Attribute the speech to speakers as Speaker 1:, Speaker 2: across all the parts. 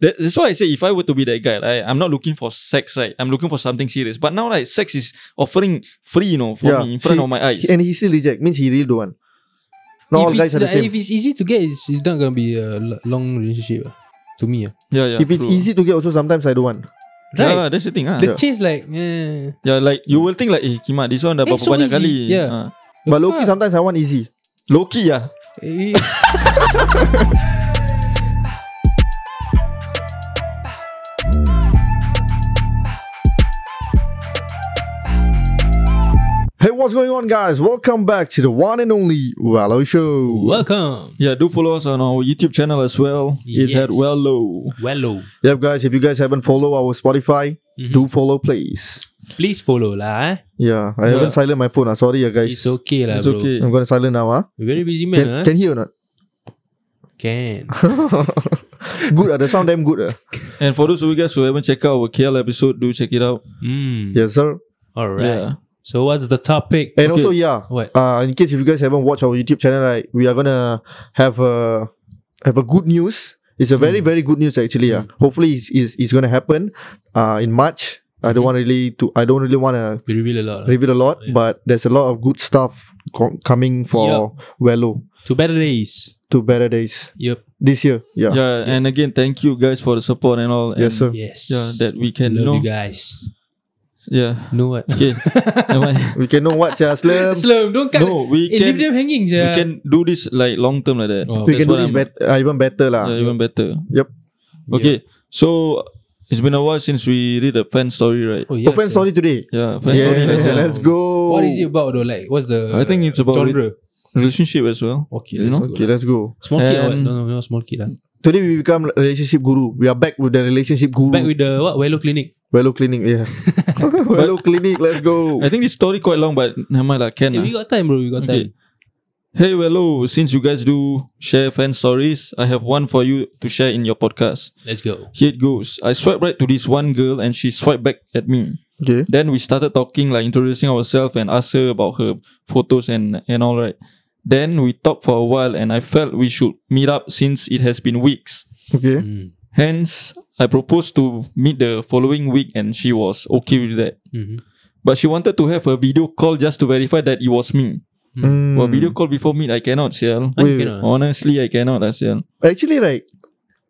Speaker 1: That, that's why I say if I were to be that guy, right, I'm not looking for sex, right? I'm looking for something serious. But now, like, sex is offering free, you know, for
Speaker 2: Yeah.
Speaker 1: me in front
Speaker 2: See,
Speaker 1: of my eyes.
Speaker 2: He- and he still reject means he really don't want. Not all
Speaker 3: if
Speaker 2: guys
Speaker 3: it's,
Speaker 2: are the same.
Speaker 3: If it's easy to get, it's, it's not gonna be a l- long relationship. ah, To me, ah.
Speaker 1: yeah, yeah.
Speaker 2: if it's
Speaker 1: true.
Speaker 2: easy to get, also sometimes I don't want.
Speaker 1: yeah,
Speaker 3: right?
Speaker 1: lah, that's the thing, ah.
Speaker 3: the
Speaker 2: yeah.
Speaker 3: chase like, eh,
Speaker 1: Yeah, like you will think like, eh, Kima, this one dah
Speaker 3: Eh,
Speaker 1: berapa
Speaker 3: so
Speaker 1: banyak
Speaker 3: easy.
Speaker 1: kali.
Speaker 3: Yeah.
Speaker 1: Ah.
Speaker 3: the
Speaker 2: But Loki,
Speaker 3: fuck?
Speaker 2: sometimes I want easy.
Speaker 1: Loki ya.
Speaker 3: Eh,
Speaker 2: Hey, what's going on, guys? Welcome back to the one and only Wallow Show.
Speaker 3: welcome,
Speaker 1: Yeah, do follow us on our YouTube channel as well. It's
Speaker 3: Yes.
Speaker 1: at Well Low.
Speaker 3: Wello.
Speaker 2: Yep, guys, if you guys haven't followed our Spotify,
Speaker 3: Mhm.
Speaker 2: do follow, please.
Speaker 3: Please follow lah. eh.
Speaker 2: Yeah, I
Speaker 1: Yeah.
Speaker 2: haven't silent my phone. Ah, sorry, yeah, guys.
Speaker 3: It's okay lah,
Speaker 1: It's
Speaker 3: bro.
Speaker 1: okay.
Speaker 2: I'm gonna silent now. Ah,
Speaker 3: We're Very busy man.
Speaker 2: can,
Speaker 3: ah.
Speaker 2: can hear or not?
Speaker 3: Can.
Speaker 2: Good. Ah, the sound damn good. Ah.
Speaker 1: And for those of you guys who haven't checked out our KL episode, do check it out.
Speaker 3: Mm.
Speaker 2: Yes, sir.
Speaker 3: All
Speaker 1: Yeah.
Speaker 3: right. So what's the topic?
Speaker 2: And
Speaker 1: Okay.
Speaker 2: also, yeah.
Speaker 3: What?
Speaker 2: Uh, in case if you guys haven't watched our YouTube channel, right, we are gonna have a have a good news. It's a
Speaker 1: Hmm.
Speaker 2: very very good news actually. Yeah. Hopefully, it's, it's, it's gonna happen. Uh, in March. I don't
Speaker 1: Hmm.
Speaker 2: want really to. I don't really want to
Speaker 3: We reveal a lot. ah.
Speaker 2: reveal a lot,
Speaker 3: Yeah.
Speaker 2: but there's a lot of good stuff co- coming for Wello
Speaker 3: To better days.
Speaker 2: to better days
Speaker 3: Yep.
Speaker 2: this year. Yeah.
Speaker 1: Yeah. And again, thank you guys for the support and all. and,
Speaker 2: Yes, sir.
Speaker 3: Yes.
Speaker 1: Yeah, that we can
Speaker 3: Love
Speaker 1: know.
Speaker 3: you guys.
Speaker 1: Yeah.
Speaker 3: Know what?
Speaker 1: Okay. Never mind.
Speaker 2: We can know what's your slam.
Speaker 3: Slum, don't cut.
Speaker 1: no, we
Speaker 3: eh, leave
Speaker 1: can
Speaker 3: them hanging,
Speaker 1: we
Speaker 3: yeah.
Speaker 1: can do this like long term like that.
Speaker 3: Oh,
Speaker 2: we
Speaker 1: That's
Speaker 2: can do
Speaker 1: what
Speaker 2: this
Speaker 1: I'm-
Speaker 2: bet- uh, even better lah.
Speaker 1: Yeah, even better.
Speaker 2: Yep.
Speaker 1: Okay. So it's been a while since we read a fan story, right?
Speaker 3: Oh, yeah,
Speaker 2: Yeah, fan
Speaker 3: sure.
Speaker 2: story today.
Speaker 1: Yeah. Fan
Speaker 2: Yeah,
Speaker 1: story. as well.
Speaker 2: let's go.
Speaker 3: What is it about though? Like, what's the?
Speaker 1: I think it's about
Speaker 3: genre.
Speaker 1: Relationship as well.
Speaker 3: Okay,
Speaker 1: You
Speaker 3: let's
Speaker 1: know?
Speaker 3: go.
Speaker 2: Okay, let's go.
Speaker 3: Small kid or what?
Speaker 1: And-
Speaker 3: No, no, no, small kid. ah.
Speaker 2: Today we become relationship guru. We are back with the relationship guru.
Speaker 3: Back with the what? Wello Clinic.
Speaker 2: Velo Clinic. Yeah. Velo Clinic. Let's go.
Speaker 1: I think this story quite long, but never mind lah. Can
Speaker 3: Eh,
Speaker 1: lah.
Speaker 3: we got time, bro. We got
Speaker 1: Okay.
Speaker 3: time.
Speaker 1: Hey, hello. Since you guys do share fan stories, I have one for you to share in your podcast.
Speaker 3: Let's go.
Speaker 1: Here it goes. I swiped right to this one girl and she swiped back at me.
Speaker 2: Okay.
Speaker 1: Then we started talking, like introducing ourselves and asked her about her photos and, and all right. Then we talked for a while and I felt we should meet up since it has been weeks.
Speaker 2: Okay.
Speaker 3: Mm.
Speaker 1: Hence, I proposed to meet the following week and she was okay with that.
Speaker 3: Mhm.
Speaker 1: But she wanted to have a video call just to verify that it was me.
Speaker 3: Hmm.
Speaker 2: Mm.
Speaker 1: Well, video call before meet, I cannot, Sial.
Speaker 3: Ah, you
Speaker 2: Wait,
Speaker 3: cannot, ah.
Speaker 1: Honestly, I cannot, Asian.
Speaker 2: Actually, right.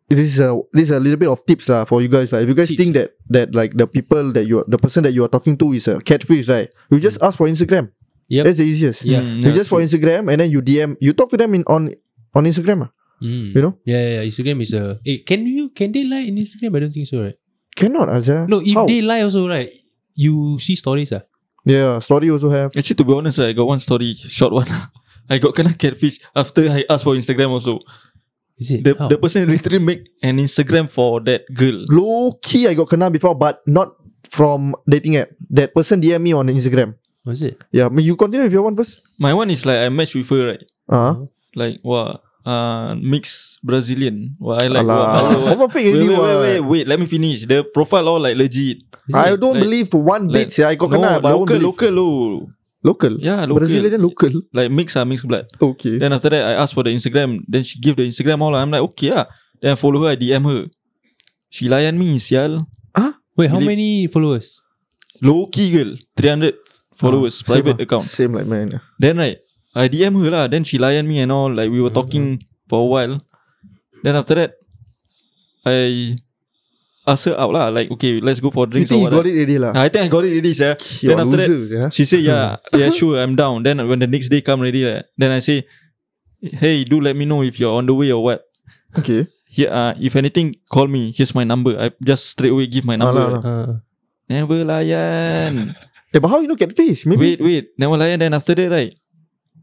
Speaker 2: This is a this is a little bit of tips lah for you guys lah. If you guys
Speaker 3: Tips.
Speaker 2: think that that like the people that you are, the person that you are talking to is a catfish, right? You just ask for Instagram.
Speaker 3: Yep.
Speaker 2: That's the easiest.
Speaker 3: Yeah.
Speaker 1: Hmm,
Speaker 2: You just for Instagram and then you DM. You talk to them in on on Instagram. ah.
Speaker 3: Mm.
Speaker 2: You know?
Speaker 3: Yeah, yeah, yeah. Instagram is a. Eh, can you can they lie in Instagram? I don't think so, right?
Speaker 2: Cannot, Azia.
Speaker 3: No, if
Speaker 2: How?
Speaker 3: they lie also, right? You see stories, ah.
Speaker 2: Yeah, story also have.
Speaker 1: Actually, to be honest, I got one story, short one. I got kind of catfish after I asked for Instagram also.
Speaker 3: Is it?
Speaker 1: The,
Speaker 3: How?
Speaker 1: the person literally make an Instagram for that girl.
Speaker 2: Low key, I got kena before, but not from dating app. That person DM me on Instagram.
Speaker 3: What is it?
Speaker 2: Yeah, but you continue with your one first.
Speaker 1: My one is like I match with her, right?
Speaker 2: Ah,
Speaker 1: Like wow, uh, mixed Brazilian. Wah, I
Speaker 2: uh-huh.
Speaker 1: like. wah, wah,
Speaker 2: Alah.
Speaker 1: wah.
Speaker 2: Confirm fake
Speaker 1: Wait,
Speaker 2: already
Speaker 1: wait, wait, wait,
Speaker 2: what.
Speaker 1: wait, Let me finish. The profile all like legit.
Speaker 3: Is
Speaker 2: I
Speaker 3: it?
Speaker 2: don't
Speaker 1: Like-
Speaker 2: believe one
Speaker 1: like-
Speaker 2: bit. Yeah, I got
Speaker 1: No,
Speaker 2: kena. but I won't
Speaker 1: local,
Speaker 2: believe.
Speaker 1: local, low.
Speaker 2: local.
Speaker 1: Yeah, local.
Speaker 2: Brazilian local.
Speaker 1: Like mix, ah, mix blood.
Speaker 2: Okay.
Speaker 1: Then after that, I asked for the Instagram. Then she give the Instagram all. I'm like, okay ah. Then I follow her, I DM her. She layan me, sial.
Speaker 3: Wait, how
Speaker 1: Believe-
Speaker 3: many followers?
Speaker 1: Low key girl, 300 followers,
Speaker 2: Same
Speaker 1: private
Speaker 2: ah.
Speaker 1: account.
Speaker 2: Same like mine.
Speaker 1: Then right, I DM her lah. Then she layan me and all. Like we were talking
Speaker 2: Mm-hmm.
Speaker 1: for a while. Then after that, I asked her out lah. Like okay, let's go for
Speaker 2: You
Speaker 1: drinks
Speaker 2: think
Speaker 1: or
Speaker 2: you got
Speaker 1: what.
Speaker 2: it already lah?
Speaker 1: lah. I think I got it already, sir.
Speaker 2: You're
Speaker 1: then after that-
Speaker 2: losers, yeah.
Speaker 1: She said, yeah, yeah, sure, I'm down. Then when the next day come already, lah, then I say, hey, do let me know if you're on the way or what.
Speaker 2: Okay.
Speaker 1: Here, uh, if anything, call me. Here's my number. I just straight away give my number.
Speaker 2: Alah, alah.
Speaker 3: Uh,
Speaker 1: Never layan.
Speaker 2: Eh, but how you know catfish?
Speaker 1: Wait,
Speaker 2: Maybe
Speaker 1: wait. Never layan. Then after that, right?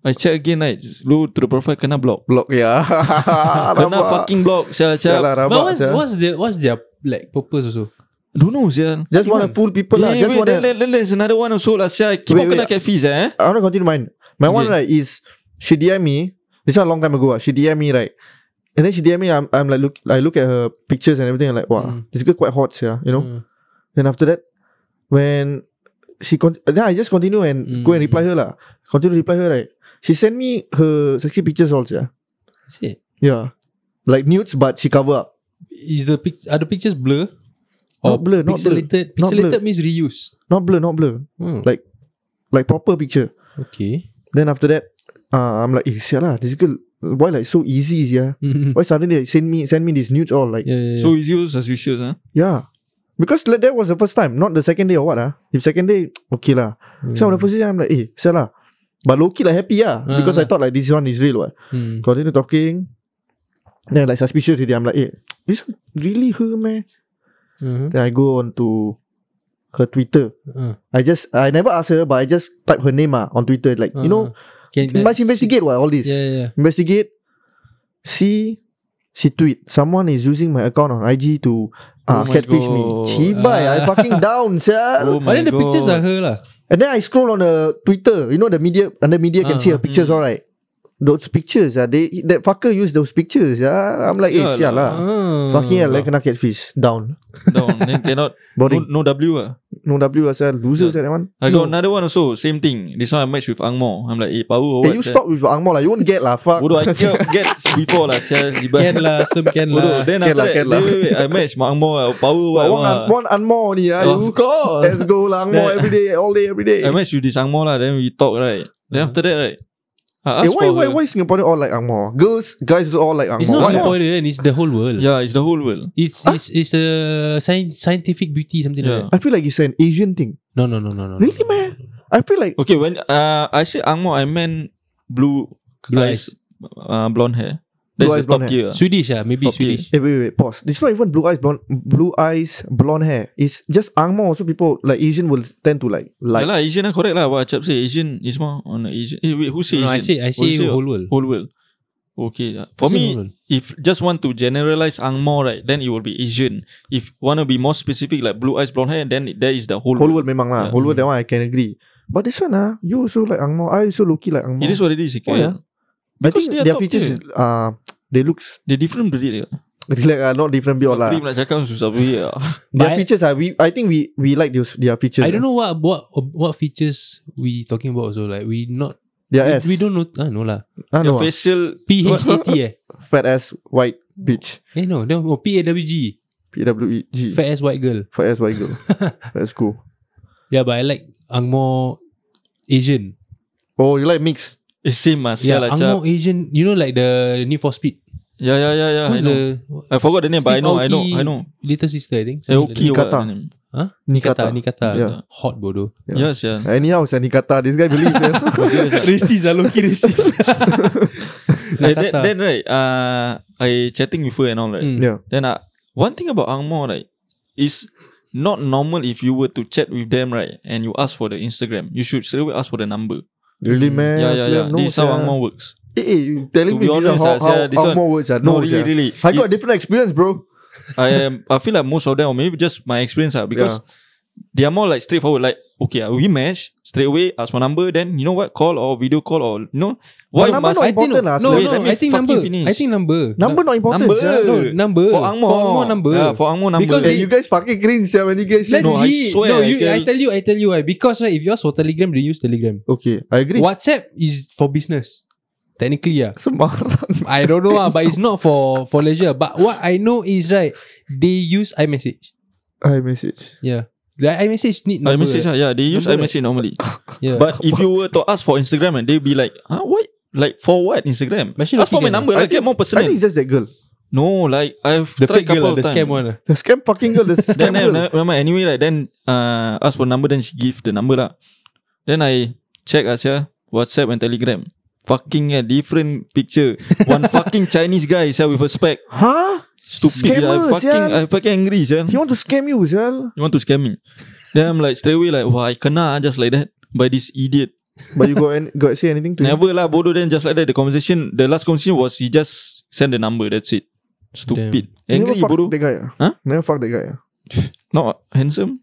Speaker 1: I check again, right? Low to the profile, kena block.
Speaker 2: block yeah. Ah,
Speaker 1: Kena fucking block, sial, lah, sial.
Speaker 2: Sialah,
Speaker 3: but
Speaker 2: rabak,
Speaker 3: what's,
Speaker 2: sia.
Speaker 3: what's their what's their like purpose also?
Speaker 1: Don't know, sial.
Speaker 2: Just want to fool people lah.
Speaker 1: Yeah,
Speaker 2: Just
Speaker 1: wait,
Speaker 2: want to.
Speaker 1: then, then, then there's another one also lah, sial. Keep
Speaker 2: Wait,
Speaker 1: on kena
Speaker 2: wait.
Speaker 1: catfish, eh?
Speaker 2: I want to continue mine. My one
Speaker 1: Okay.
Speaker 2: right is she DM me. This one a long time ago. ah. She DM me right, and then she DM me. I'm, I'm like look. I look at her pictures and everything. I'm like, wow,
Speaker 3: Mm.
Speaker 2: this girl quite hot, yeah. You know.
Speaker 3: Uh,
Speaker 2: Then after that, when she con- then I just continue and go and
Speaker 3: Mm.
Speaker 2: reply her lah. Continue reply her right. She sent me her sexy pictures also. Yeah.
Speaker 3: is it?
Speaker 2: yeah, like nudes, but she cover up.
Speaker 3: is the pic- are the pictures blur?
Speaker 2: Not blur, not blur.
Speaker 3: pixelated.
Speaker 2: Not blur.
Speaker 3: Pixelated means reused.
Speaker 2: Not blur, not blur.
Speaker 3: Hmm.
Speaker 2: Like- Like proper picture.
Speaker 3: okay.
Speaker 2: Then after that, uh, I'm like, eh, sial lah, this girl, why like so easy, yeah?
Speaker 3: yeah,
Speaker 2: Why suddenly like, send me send me these nudes all like, yeah.
Speaker 3: yeah, yeah.
Speaker 1: So it's you suspicious, huh?
Speaker 2: Because like, that was the first time, not the second day or what, ah. If second day, okay lah.
Speaker 3: Hmm.
Speaker 2: So on the first day, I'm like, eh, sial lah. But low key like happy ah,
Speaker 3: Ah.
Speaker 2: because I thought like this one is real what.
Speaker 3: Hmm.
Speaker 2: Continue talking, then like suspicious with I'm like, eh, this one really her man?
Speaker 3: Uh-huh.
Speaker 2: Then I go on to her Twitter.
Speaker 3: Uh,
Speaker 2: I just I never ask her, but I just type her name ah on Twitter. Like you know,
Speaker 3: uh, can that-
Speaker 2: must investigate what all this.
Speaker 3: Yeah, yeah, yeah.
Speaker 2: investigate. See, she tweet. Someone is using my account on IG to uh,
Speaker 1: Oh my
Speaker 2: catfish me.
Speaker 1: God.
Speaker 2: Chibai, I fucking down, sir.
Speaker 1: Oh
Speaker 3: But
Speaker 1: my
Speaker 3: then the pictures
Speaker 1: God.
Speaker 3: are her lah.
Speaker 1: Oh.
Speaker 2: And then I scroll on the Twitter. You know the media under media can
Speaker 3: Ah,
Speaker 2: see her pictures.
Speaker 1: mm.
Speaker 2: All right, those pictures. Ah, they that fucker use those pictures. Yeah, I'm like, eh,
Speaker 1: Yeah
Speaker 2: sial lah.
Speaker 1: lah. Hmm.
Speaker 3: Ah.
Speaker 2: Fucking hell, like kena catfish down.
Speaker 1: down. Then cannot no,
Speaker 2: Boring.
Speaker 1: no W ah.
Speaker 2: No, W as loser yeah. that one.
Speaker 1: I
Speaker 3: No.
Speaker 1: got another one also. Same thing. This one I matched with Angmo. I'm like, eh, power or
Speaker 2: Hey,
Speaker 1: what?
Speaker 2: you
Speaker 1: sia?
Speaker 2: stop with angmo lah. You won't get lah. Fuck.
Speaker 1: Bodoh, I get, get before lah. Sia,
Speaker 3: Can
Speaker 1: zibat.
Speaker 3: lah, some can
Speaker 1: Bodoh.
Speaker 3: lah.
Speaker 1: Then after
Speaker 2: Can lah,
Speaker 1: that,
Speaker 2: can lah.
Speaker 1: wait, wait, wait, I match mak Angmo lah. Power what?
Speaker 2: But one,
Speaker 1: what.
Speaker 2: an, one angmo ni ah.
Speaker 1: Of
Speaker 2: You
Speaker 1: course.
Speaker 2: let's go lah angmo
Speaker 1: Then-
Speaker 2: every day, all day, every day.
Speaker 1: I match with this angmo lah. Then we talk right. Then after that right, I ask
Speaker 2: Eh, why,
Speaker 1: for
Speaker 2: why,
Speaker 1: her.
Speaker 2: why Singaporean all like angmo? Girls, guys also all like angmo.
Speaker 3: It's not
Speaker 2: Why?
Speaker 3: Singaporean, it's the whole world.
Speaker 1: Yeah, it's the whole world.
Speaker 3: It's it's it's a sci- scientific beauty something
Speaker 1: Yeah.
Speaker 2: I
Speaker 3: like that.
Speaker 2: feel like it's an Asian thing.
Speaker 3: No, no, no, no, no.
Speaker 2: Really, man? I feel like
Speaker 1: Okay, when uh, I say angmo, I meant blue,
Speaker 3: Blue
Speaker 1: eyes, uh, blonde hair. That's
Speaker 2: Blue eyes,
Speaker 1: the top
Speaker 2: blonde
Speaker 1: tier. ah.
Speaker 3: Swedish ah, maybe
Speaker 1: Top tier.
Speaker 3: Swedish.
Speaker 2: Eh, wait, wait, wait, pause. It's not even blue eyes, blonde, blue eyes, blonde hair. It's just angmo. Also, people like Asian will tend to like like.
Speaker 1: yeah lah, Asian lah, correct lah. What Acap say, Asian is more on the Asian. Eh, wait, who say
Speaker 3: No, I
Speaker 1: Asian?
Speaker 3: say I
Speaker 1: Who
Speaker 3: say
Speaker 1: say
Speaker 3: whole world.
Speaker 1: Whole world. Okay. ah. For
Speaker 3: I say
Speaker 1: me,
Speaker 3: whole world.
Speaker 1: if just want to generalize Angmo, right, then it will be Asian. If want to be more specific, like blue eyes, blonde hair, then it- that is the whole,
Speaker 2: whole world memang
Speaker 1: Yeah.
Speaker 2: lah. Whole world that one I can agree. But this one ah, you also like angmo. I also low key like angmo.
Speaker 1: It is what it is.
Speaker 2: Oh,
Speaker 1: okay.
Speaker 2: yeah. I
Speaker 1: because
Speaker 2: think
Speaker 1: they are
Speaker 2: their
Speaker 1: top
Speaker 2: features
Speaker 1: tier.
Speaker 2: is, uh, they looks
Speaker 1: They different breed.
Speaker 2: like uh, not different beyond lah.
Speaker 1: Tapi nak cakap susah beri lah.
Speaker 2: Their
Speaker 3: But I-
Speaker 2: features are we. I think we we like those their features. ah.
Speaker 3: I don't know what what what features we talking about. So like we not
Speaker 2: Their
Speaker 3: we,
Speaker 2: ass.
Speaker 3: we don't know. Ah no lah.
Speaker 2: I
Speaker 1: The
Speaker 2: know. ah.
Speaker 1: facial
Speaker 3: P H A T eh.
Speaker 2: Fat ass white bitch.
Speaker 3: Eh no, then oh, P A W G.
Speaker 2: P W E G.
Speaker 3: Fat ass white girl.
Speaker 2: Fat ass white girl. That's cool.
Speaker 3: Yeah, but I like Angmo Asian.
Speaker 2: Oh, you like mix?
Speaker 1: is Eh, same lah.
Speaker 3: Yeah,
Speaker 1: Sial lah cap.
Speaker 3: Angmo Asian. You know like the Need for Speed.
Speaker 1: Yeah, yeah, yeah, yeah. Ah, I
Speaker 3: Who's
Speaker 1: know.
Speaker 3: the
Speaker 1: I forgot the name, but I
Speaker 3: Steve
Speaker 1: know, I know,
Speaker 3: Aoki
Speaker 1: I know.
Speaker 3: little sister? I think. Something like
Speaker 1: Aoki
Speaker 3: that.
Speaker 1: what
Speaker 2: Nikata.
Speaker 1: the name?
Speaker 3: Nikata.
Speaker 2: Nikata. Eh,
Speaker 3: Nikata.
Speaker 2: Yeah.
Speaker 3: Hot bodoh.
Speaker 2: Yeah.
Speaker 1: Yes, yeah.
Speaker 2: Anyhow, it's a Nikata. This guy believes. yeah.
Speaker 3: racist lah, Loki racist.
Speaker 1: Eh, then, then right, uh, I chatting with her and all right.
Speaker 3: Mm.
Speaker 2: yeah.
Speaker 1: Then uh, one thing about Angmo right is not normal if you were to chat with them right and you ask for the Instagram. You should straight away ask for the number.
Speaker 2: Really, man.
Speaker 1: yeah, yeah, yeah.
Speaker 2: No,
Speaker 1: this is how
Speaker 2: sia.
Speaker 1: Angmo works.
Speaker 2: Eh, eh, you
Speaker 1: To
Speaker 2: telling me
Speaker 1: be
Speaker 2: this one
Speaker 1: honest,
Speaker 2: how,
Speaker 1: ah, sia,
Speaker 2: how,
Speaker 1: this
Speaker 2: how
Speaker 1: one-
Speaker 2: more words? ah?
Speaker 1: No,
Speaker 2: No,
Speaker 1: really,
Speaker 2: sia.
Speaker 1: really.
Speaker 2: I got different experience, bro.
Speaker 1: I am. I feel like most of them, or maybe just my experience, ah, because they are more like straightforward. Like, okay, ah, we match straight away. Ask for number, then you know what, call or video call or you know why
Speaker 2: number
Speaker 1: must
Speaker 2: not
Speaker 1: I
Speaker 3: I think
Speaker 2: important lah,
Speaker 3: no,
Speaker 1: Wait,
Speaker 3: no,
Speaker 1: let me
Speaker 3: I think
Speaker 1: fucking
Speaker 3: number.
Speaker 1: finish.
Speaker 3: I think number.
Speaker 2: Number Ah, not important.
Speaker 1: number?
Speaker 2: sia.
Speaker 3: No, number.
Speaker 1: for Angmo
Speaker 3: For Angmo number.
Speaker 1: Yeah, for Angmo number.
Speaker 3: Because
Speaker 2: Eh, you guys fucking cringe sia, when you guys say
Speaker 3: Let
Speaker 1: No,
Speaker 2: no.
Speaker 1: I
Speaker 3: G-
Speaker 1: swear,
Speaker 3: no,
Speaker 1: I
Speaker 3: you,
Speaker 1: tell-
Speaker 3: I tell you, I tell you why. Because right, if yours for Telegram, they use Telegram.
Speaker 2: Okay, I agree.
Speaker 3: WhatsApp is for business. Technically, yeah.
Speaker 2: Semarang.
Speaker 3: I don't know, ah, but it's not for for leisure. But what I know is right, they use iMessage.
Speaker 2: I message.
Speaker 3: Yeah, like iMessage need number.
Speaker 1: iMessage, ah, yeah, they use
Speaker 2: Number,
Speaker 1: iMessage normally.
Speaker 3: right? Yeah.
Speaker 1: But if you were to ask for Instagram and they'd be like, huh, what? Like for what Instagram?
Speaker 3: But she
Speaker 1: ask for my
Speaker 3: lucky
Speaker 1: number,
Speaker 2: I
Speaker 1: like get
Speaker 2: think-
Speaker 1: more
Speaker 2: I think
Speaker 1: personal.
Speaker 2: it's just that girl.
Speaker 1: No, like I've
Speaker 3: the
Speaker 1: tried
Speaker 3: fake
Speaker 1: couple
Speaker 3: girl, ah, the
Speaker 1: time.
Speaker 3: scam one. ah.
Speaker 2: The scam fucking girl. The scam
Speaker 1: Then I
Speaker 2: girl.
Speaker 1: remember anyway, like then uh ask for number, then she give the number lah. Then I check Asia WhatsApp and Telegram. Fucking a different picture. one fucking Chinese guy sia with a spec.
Speaker 2: Huh?
Speaker 1: Stupid. I
Speaker 2: Scammer,
Speaker 1: fucking
Speaker 2: sia.
Speaker 1: I fucking angry sia.
Speaker 2: He want to scam you, sia.
Speaker 1: You want to scam me? Then I'm like straight away like, why I kena ah, just like that by this idiot.
Speaker 2: But you got an, got say anything to him?
Speaker 1: Never lah bodoh Then just like that The conversation The last conversation was He just send the number That's it Stupid
Speaker 2: You
Speaker 1: Angry
Speaker 2: Never fuck
Speaker 1: bodoh
Speaker 2: that guy. ah?
Speaker 1: Huh?
Speaker 2: Never fuck that guy. ah?
Speaker 1: Not handsome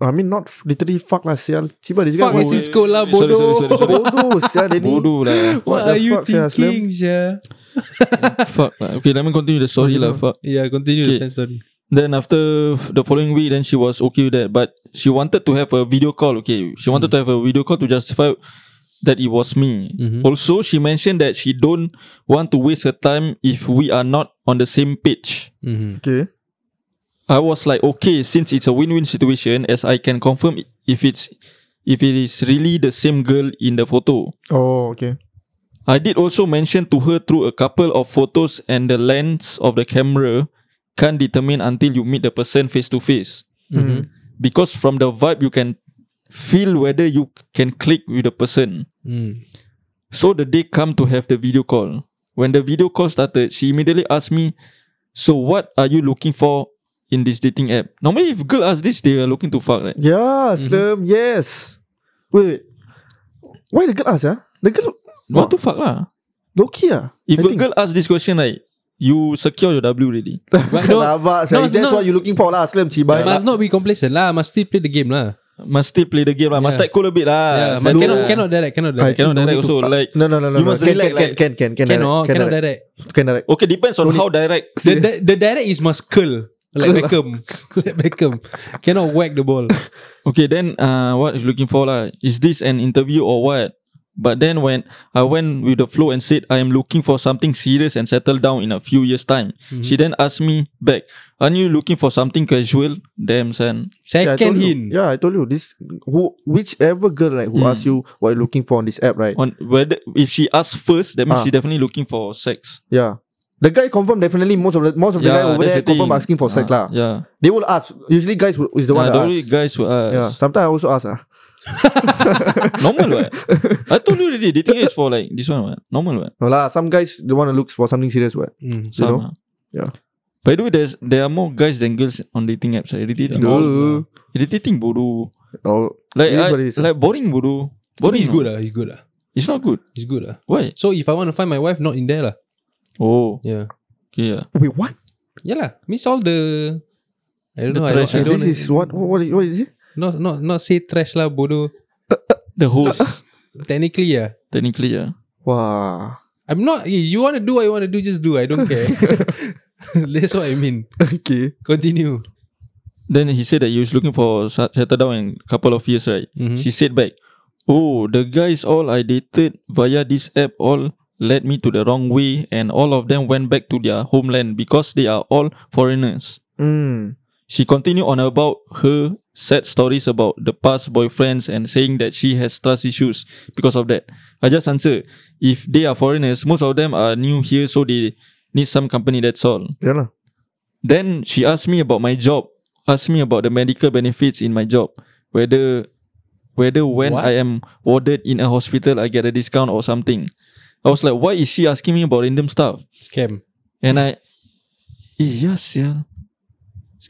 Speaker 2: I mean, not literally fuck lah, sial. Ciba, this
Speaker 3: Fuck
Speaker 2: guy
Speaker 1: wait,
Speaker 3: is
Speaker 1: wait,
Speaker 3: this lah,
Speaker 1: wait, sorry,
Speaker 3: bodoh.
Speaker 1: sorry, sorry, sorry.
Speaker 2: bodoh, sial. dia ni.
Speaker 1: Bodoh lah
Speaker 3: What
Speaker 2: the
Speaker 3: are you
Speaker 2: fuck, sia, Aslam?
Speaker 3: thinking, sia?
Speaker 1: Fuck lah Okay let me continue the story lah Fuck
Speaker 3: Yeah, continue
Speaker 1: Okay.
Speaker 3: the story.
Speaker 1: Then after The following week Then she
Speaker 3: Hmm.
Speaker 1: was okay with that But She wanted to have a video call Okay She wanted to have a video call To justify that it was me.
Speaker 3: Mhm.
Speaker 1: Also, she mentioned that she don't want to waste her time if we are not on the same page.
Speaker 3: Mhm.
Speaker 2: Okay.
Speaker 1: I was like, okay, since it's a win-win situation, as I can confirm i- if it's if it is really the same girl in the photo.
Speaker 2: Oh, okay.
Speaker 1: I did also mention to her through a couple of photos and the lens of the camera can't determine until you meet the person face to face.
Speaker 3: Mhm.
Speaker 1: Because from the vibe you can feel whether you can click with the person.
Speaker 3: Mm.
Speaker 1: So the day come to have the video call. When the video call started, she immediately asked me, "So what are you looking for in this dating app?" Normally, if girl ask this, they are looking to fuck, right?
Speaker 2: Yeah, Slim, yes. Wait, wait. Why the girl ask, ah? The girl,
Speaker 1: Want to fuck lah.
Speaker 2: low key, ah?
Speaker 1: If
Speaker 2: I
Speaker 1: a
Speaker 2: think-
Speaker 1: girl ask this question, like you secure your W already.
Speaker 3: But no,
Speaker 2: Rabak, sia.
Speaker 3: no,
Speaker 2: If that's
Speaker 3: no.
Speaker 2: what you looking for lah, Slim, cibai.
Speaker 3: must not be complacent lah. Must still play the game lah.
Speaker 1: must still play the game lah. Must
Speaker 3: Yeah.
Speaker 1: type cool a bit lah.
Speaker 3: yeah, but
Speaker 1: Selalu-
Speaker 3: cannot cannot direct, cannot
Speaker 2: I
Speaker 3: direct,
Speaker 1: cannot
Speaker 2: think no
Speaker 1: direct
Speaker 2: need to
Speaker 1: also.
Speaker 2: pa-
Speaker 1: Like
Speaker 2: No, no, no, no.
Speaker 1: You
Speaker 2: no.
Speaker 1: must
Speaker 2: can,
Speaker 1: relax,
Speaker 2: can, can,
Speaker 1: like-
Speaker 2: can, can, can,
Speaker 3: cannot,
Speaker 2: direct,
Speaker 3: cannot
Speaker 2: direct,
Speaker 3: direct.
Speaker 2: can direct.
Speaker 1: okay, depends on
Speaker 2: Don't
Speaker 1: how direct.
Speaker 3: The, the, the direct is must curl
Speaker 2: Curl
Speaker 3: like
Speaker 2: lah.
Speaker 3: Beckham, like Beckham. cannot whack the ball.
Speaker 1: Okay, then uh, what is looking for lah? Is this an interview or what? But then when I went with the flow and said I am looking for something serious and settle down in a few years time,
Speaker 3: Mm-hmm.
Speaker 1: she then asked me back, "Aren't you looking for something casual?" Damn son.
Speaker 2: See, I
Speaker 3: Second
Speaker 2: told you.
Speaker 3: hint.
Speaker 2: Yeah, I told you this. Who, whichever girl right who
Speaker 1: Hmm.
Speaker 2: asks you what you looking for on this app, right?
Speaker 1: On whether if she asks first, that means
Speaker 2: Ah.
Speaker 1: she definitely looking for sex.
Speaker 2: Yeah. The guy confirm definitely most of the most of the guy over
Speaker 1: that's
Speaker 2: there
Speaker 1: the thing.
Speaker 2: confirm asking for sex
Speaker 1: Ah,
Speaker 2: lah.
Speaker 1: Yeah,
Speaker 2: They will ask. Usually guys will, is the
Speaker 1: yeah
Speaker 2: one that
Speaker 1: don't worry,
Speaker 2: ask.
Speaker 1: guys will
Speaker 2: Yeah.
Speaker 1: ask.
Speaker 2: Sometimes I also ask ah.
Speaker 1: Normal what? I told you already. Dating is for like this one what? Normal what?
Speaker 2: No lah. Some guys the one that looks for something serious. What?
Speaker 3: Mm.
Speaker 1: Some,
Speaker 2: know?
Speaker 1: ah.
Speaker 2: Yeah.
Speaker 1: By the way, there's there are more guys than girls on dating apps. Right? Irritating.
Speaker 2: Yeah.
Speaker 1: bodoh. Irritating bodoh.
Speaker 2: Oh,
Speaker 1: Like
Speaker 2: It is
Speaker 1: I,
Speaker 2: what it is.
Speaker 1: like boring bodoh.
Speaker 3: Body
Speaker 1: Boring
Speaker 3: is good lah. It's good lah.
Speaker 1: It's not good.
Speaker 3: It's good lah.
Speaker 1: Why?
Speaker 3: So if I want to find my wife, not in there lah.
Speaker 1: Oh,
Speaker 3: Yeah.
Speaker 1: okay, yeah.
Speaker 2: wait, what?
Speaker 3: Yeah lah. Miss all the. I don't
Speaker 1: The
Speaker 3: know. I don't,
Speaker 1: trash,
Speaker 3: I
Speaker 1: yeah.
Speaker 3: don't,
Speaker 2: this is what? What? What is it?
Speaker 3: not not not say trash lah, bodoh.
Speaker 1: The host
Speaker 3: Technically yeah.
Speaker 1: technically, yeah.
Speaker 2: Wow.
Speaker 3: I'm not. eh, You want to do what you want to do, just do. I don't care. That's what I mean.
Speaker 2: Okay.
Speaker 3: Continue.
Speaker 1: Then he said that he was looking for sa- settle down in a couple of years, right?
Speaker 2: Mm-hmm.
Speaker 3: Mhm.
Speaker 1: She said back, "Oh, the guys all I dated via this app all led me to the wrong way, and all of them went back to their homeland because they are all foreigners."
Speaker 2: Mm.
Speaker 1: She continued on about her sad stories about the past boyfriends and saying that she has trust issues because of that. I just answer, if they are foreigners, most of them are new here, so they need some company, that's all.
Speaker 2: Yeah lah.
Speaker 1: Then she asked me about my job, asked me about the medical benefits in my job, whether whether when
Speaker 3: What?
Speaker 1: I am warded in a hospital I get a discount or something. I was like, why is she asking me about random stuff?
Speaker 3: Scam.
Speaker 1: And I Eh, yes, yeah.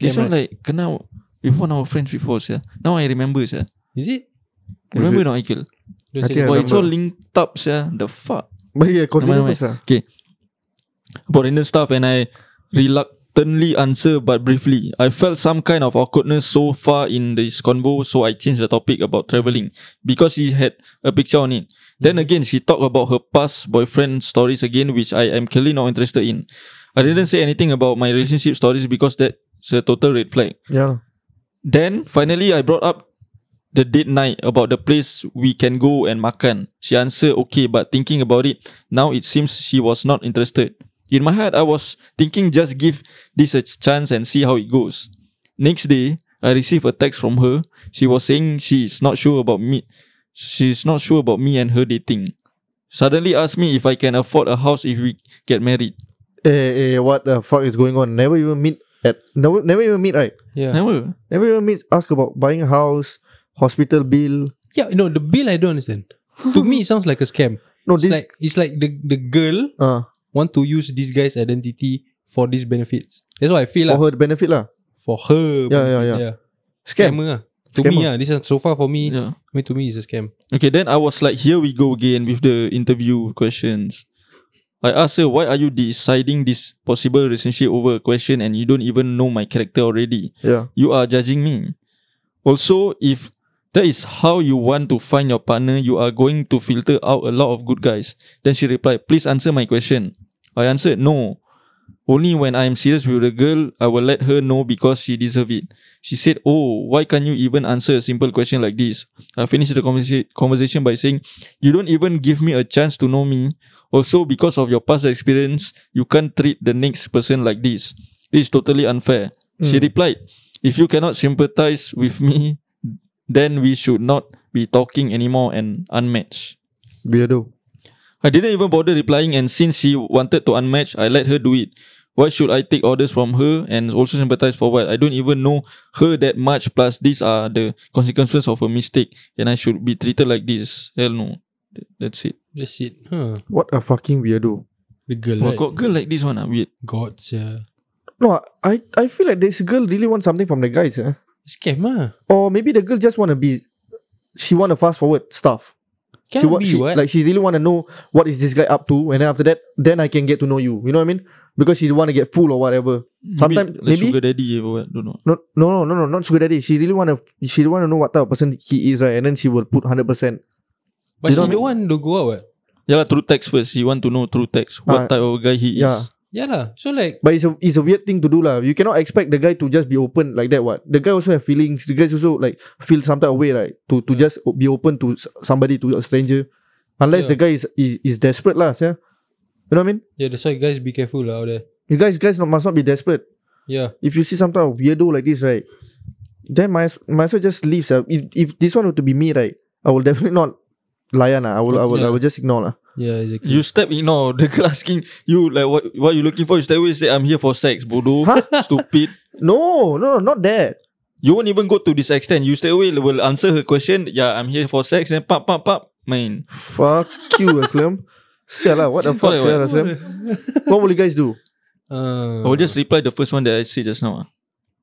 Speaker 1: This one like kena with one of our friends before, yeah. Now I remember, yeah.
Speaker 3: Is it?
Speaker 2: Is
Speaker 1: Remember
Speaker 2: it?
Speaker 1: not, Aikil?
Speaker 3: Don't
Speaker 2: I
Speaker 3: say
Speaker 2: think
Speaker 3: that.
Speaker 1: Well, it's all
Speaker 2: remember.
Speaker 1: linked up, yeah. The fuck
Speaker 2: But yeah, continue
Speaker 1: Nevermind,
Speaker 2: first ah. lah.
Speaker 1: about random stuff, and I reluctantly answer but briefly. I felt some kind of awkwardness so far in this convo, so I changed the topic about traveling because she had a picture on it. Then again, she talked about her past boyfriend stories again, which I am clearly not interested in. I didn't say anything about my relationship stories because that's a total red flag.
Speaker 2: Yeah. lah.
Speaker 1: Then finally I brought up the date night about the place we can go and makan. She answered okay, but thinking about it, now it seems she was not interested. In my head, I was thinking just give this a chance and see how it goes. Next day, I received a text from her. She was saying she is not sure about me. She's not sure about me and her dating. Suddenly asked me if I can afford a house if we get married.
Speaker 2: Eh, eh, what the fuck is going on? Never even meet at never never even meet right?
Speaker 3: Yeah.
Speaker 1: Never.
Speaker 2: Never even meet. Ask about buying a house, hospital bill.
Speaker 3: Yeah, no, the bill I don't understand. to me, it sounds like a scam.
Speaker 2: No,
Speaker 3: It's
Speaker 2: this.
Speaker 3: like it's like the, the girl
Speaker 2: uh,
Speaker 3: want to use this guy's identity for these benefits. That's what I feel
Speaker 2: for
Speaker 3: lah.
Speaker 2: her benefit lah.
Speaker 3: For her.
Speaker 2: Yeah, yeah, yeah. Scam.
Speaker 3: Scammer lah. To
Speaker 2: Scammer.
Speaker 3: me, ah, this one so far for me,
Speaker 1: Yeah.
Speaker 3: I mean, to me, it's a scam.
Speaker 1: Okay, then I was like, here we go again with the interview questions. I asked her, why are you deciding this possible relationship over a question and you don't even know my character already?
Speaker 2: Yeah.
Speaker 1: You are judging me. Also, if that is how you want to find your partner, you are going to filter out a lot of good guys. Then she replied, please answer my question. I answered, no. Only when I am serious with the girl, I will let her know because she deserve it. She said, Oh, why can't you even answer a simple question like this? I finished the conversa- conversation by saying, You don't even give me a chance to know me. Also, because of your past experience, you can't treat the next person like this. This is totally unfair.
Speaker 2: Hmm.
Speaker 1: She replied, If you cannot sympathize with me, then we should not be talking anymore and unmatched.
Speaker 2: Weirdo.
Speaker 1: I didn't even bother replying, and since she wanted to unmatch, I let her do it. Why should I take orders from her and also sympathize for what? I don't even know her that much. Plus, these are the consequences of a mistake, and I should be treated like this. Hell no. Th- That's it.
Speaker 3: That's it. Huh.
Speaker 2: What a fucking weirdo.
Speaker 3: The girl.
Speaker 1: Right.
Speaker 3: Right?
Speaker 1: Got girl like this one, ah, weird.
Speaker 3: God, yeah.
Speaker 2: No, I I feel like this girl really wants something from the guys, eh?
Speaker 3: Scam ah.
Speaker 2: Or maybe the girl just wanna be she wanna fast forward stuff.
Speaker 3: Can
Speaker 2: she wa-
Speaker 3: be
Speaker 2: she-
Speaker 3: what?
Speaker 2: like she really wanna know what is this guy up to, and then after that, then I can get to know you. You know what I mean? Because she wanna get full or whatever. Sometime-
Speaker 1: like
Speaker 2: maybe-
Speaker 1: sugar daddy or what? Don't know.
Speaker 2: No, no, no, no, no, not sugar daddy. She really wanna she really wanna know what type of person he is, right? And then she will put hundred percent.
Speaker 3: but
Speaker 2: you
Speaker 3: she
Speaker 2: know what I
Speaker 3: don't want to go out what?
Speaker 1: Yeah, lah, through text first. He want to know through text what
Speaker 2: Ah,
Speaker 1: type of guy he
Speaker 2: yeah.
Speaker 1: is.
Speaker 3: Yeah lah. So like,
Speaker 2: But it's a it's a weird thing to do lah. You cannot expect the guy to just be open like that. What the guy also have feelings. The guys also like feel some type of way right. To to just o- be open to s- somebody to a stranger, unless
Speaker 3: Yeah.
Speaker 2: the guy is, is is desperate lah. Yeah, you know what I mean.
Speaker 3: yeah, that's why guys be careful lah out there.
Speaker 2: You guys guys not, must not be desperate.
Speaker 3: Yeah.
Speaker 2: If you see some type of weirdo like this right, then might as- might as well just leave. sia. If if this one were to be me right, I will definitely not layan lah. I will I will I will just ignore lah.
Speaker 3: Yeah, exactly.
Speaker 1: You step in no, the girl asking you like what what you looking for? You step away say I'm here for sex, bodoh, stupid.
Speaker 2: No no not that.
Speaker 1: You won't even go to this extent. You stay away will answer her question. Yeah, I'm here for sex and pop pop pop. Man,
Speaker 2: Fuck you, Aslam. Sia lah, what the fuck,
Speaker 1: Correct,
Speaker 2: sia
Speaker 1: what?
Speaker 2: Aslam. What will you guys do?
Speaker 1: eh? I
Speaker 3: Uh,
Speaker 1: will just reply the first one that I said just now. ah.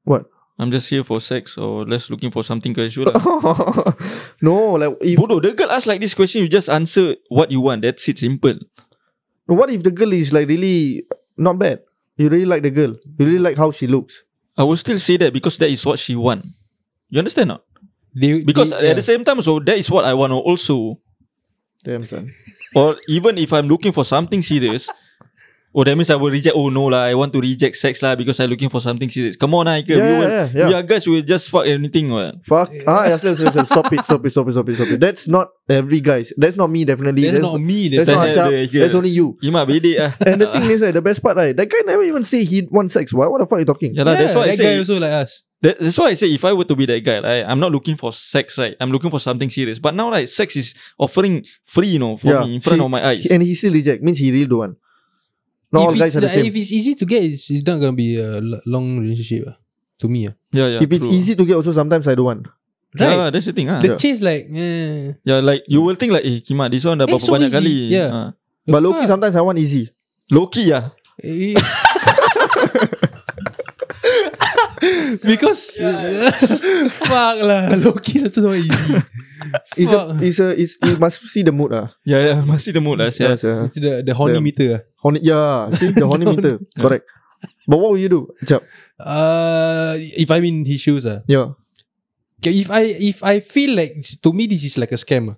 Speaker 2: What?
Speaker 1: I'm just here for sex or less looking for something casual. lah.
Speaker 2: no, like if
Speaker 1: Bodoh, the girl ask like this question, you just answer what you want. That's it, simple.
Speaker 2: what if the girl is like really not bad? You really like the girl. You really like how she looks.
Speaker 1: I will still say that because that is what she want. You understand not?
Speaker 3: they-
Speaker 1: Because
Speaker 3: they-
Speaker 1: at the same time, so that is what I want also.
Speaker 2: Damn son.
Speaker 1: Or even if I'm looking for something serious, oh that means I will reject. Oh no lah, I want to reject sex lah because I'm looking for something serious. Come on, Aika. we
Speaker 2: Yeah, yeah,
Speaker 1: will,
Speaker 2: yeah, yeah.
Speaker 1: we are guys. We will just fuck anything. What?
Speaker 2: Fuck. Ah, Aslam, Aslam, Aslam. Stop it, stop it, stop it, stop it, stop it. That's not every guys. That's not me definitely.
Speaker 3: That's
Speaker 2: That's,
Speaker 3: not me.
Speaker 2: that's
Speaker 3: That's
Speaker 1: not
Speaker 2: not Acap.
Speaker 1: the girl.
Speaker 2: That's only you.
Speaker 1: Ima bedek ah.
Speaker 2: And the thing is, like, the best part, right? That guy never even say he wants sex. Why? What the fuck are you talking?
Speaker 1: Yeah, lah, that's why I
Speaker 3: that guy
Speaker 1: say.
Speaker 3: also like us.
Speaker 1: That, that's why I say if I were to be that guy, right, I'm not looking for sex, right? I'm looking for something serious. But now, like, sex is offering free, you know, for
Speaker 2: Yeah,
Speaker 1: me in front
Speaker 2: she-
Speaker 1: of my eyes.
Speaker 2: He- And he still reject. Means he really don't want. Not
Speaker 3: if
Speaker 2: all guys
Speaker 3: it's,
Speaker 2: are the
Speaker 3: like,
Speaker 2: same.
Speaker 3: If it's easy to get, it's, it's not gonna be a lo- long relationship. ah, To me, ah.
Speaker 1: yeah, yeah.
Speaker 2: if it's
Speaker 1: true.
Speaker 2: easy to get, also sometimes I don't want.
Speaker 1: yeah,
Speaker 3: right?
Speaker 1: lah, that's the thing. Ah.
Speaker 3: the chase like, eh,
Speaker 1: yeah, like you will think like, eh, Kima, this one dah
Speaker 3: Eh,
Speaker 1: berapa
Speaker 3: so
Speaker 1: banyak
Speaker 3: easy.
Speaker 1: kali.
Speaker 3: Yeah.
Speaker 1: Ah.
Speaker 3: the
Speaker 2: But Loki,
Speaker 3: fuck?
Speaker 2: sometimes I want easy.
Speaker 1: Loki ah.
Speaker 3: Eh. Because Fuck lah Loki satu sama easy
Speaker 2: It's
Speaker 3: Fuck
Speaker 2: a, it's a, it's, you must see the mood ah.
Speaker 1: Yeah, yeah, masih the mood lah. Yeah.
Speaker 2: Yes, yeah.
Speaker 3: It's the, the horny
Speaker 2: Yeah.
Speaker 3: meter ah.
Speaker 2: Horny, yeah, see the horny meter, correct. But what will you do? Jap,
Speaker 3: uh, If I'm in his shoes ah,
Speaker 2: yeah.
Speaker 3: okay, If I If I feel like To me this is like a scam ah.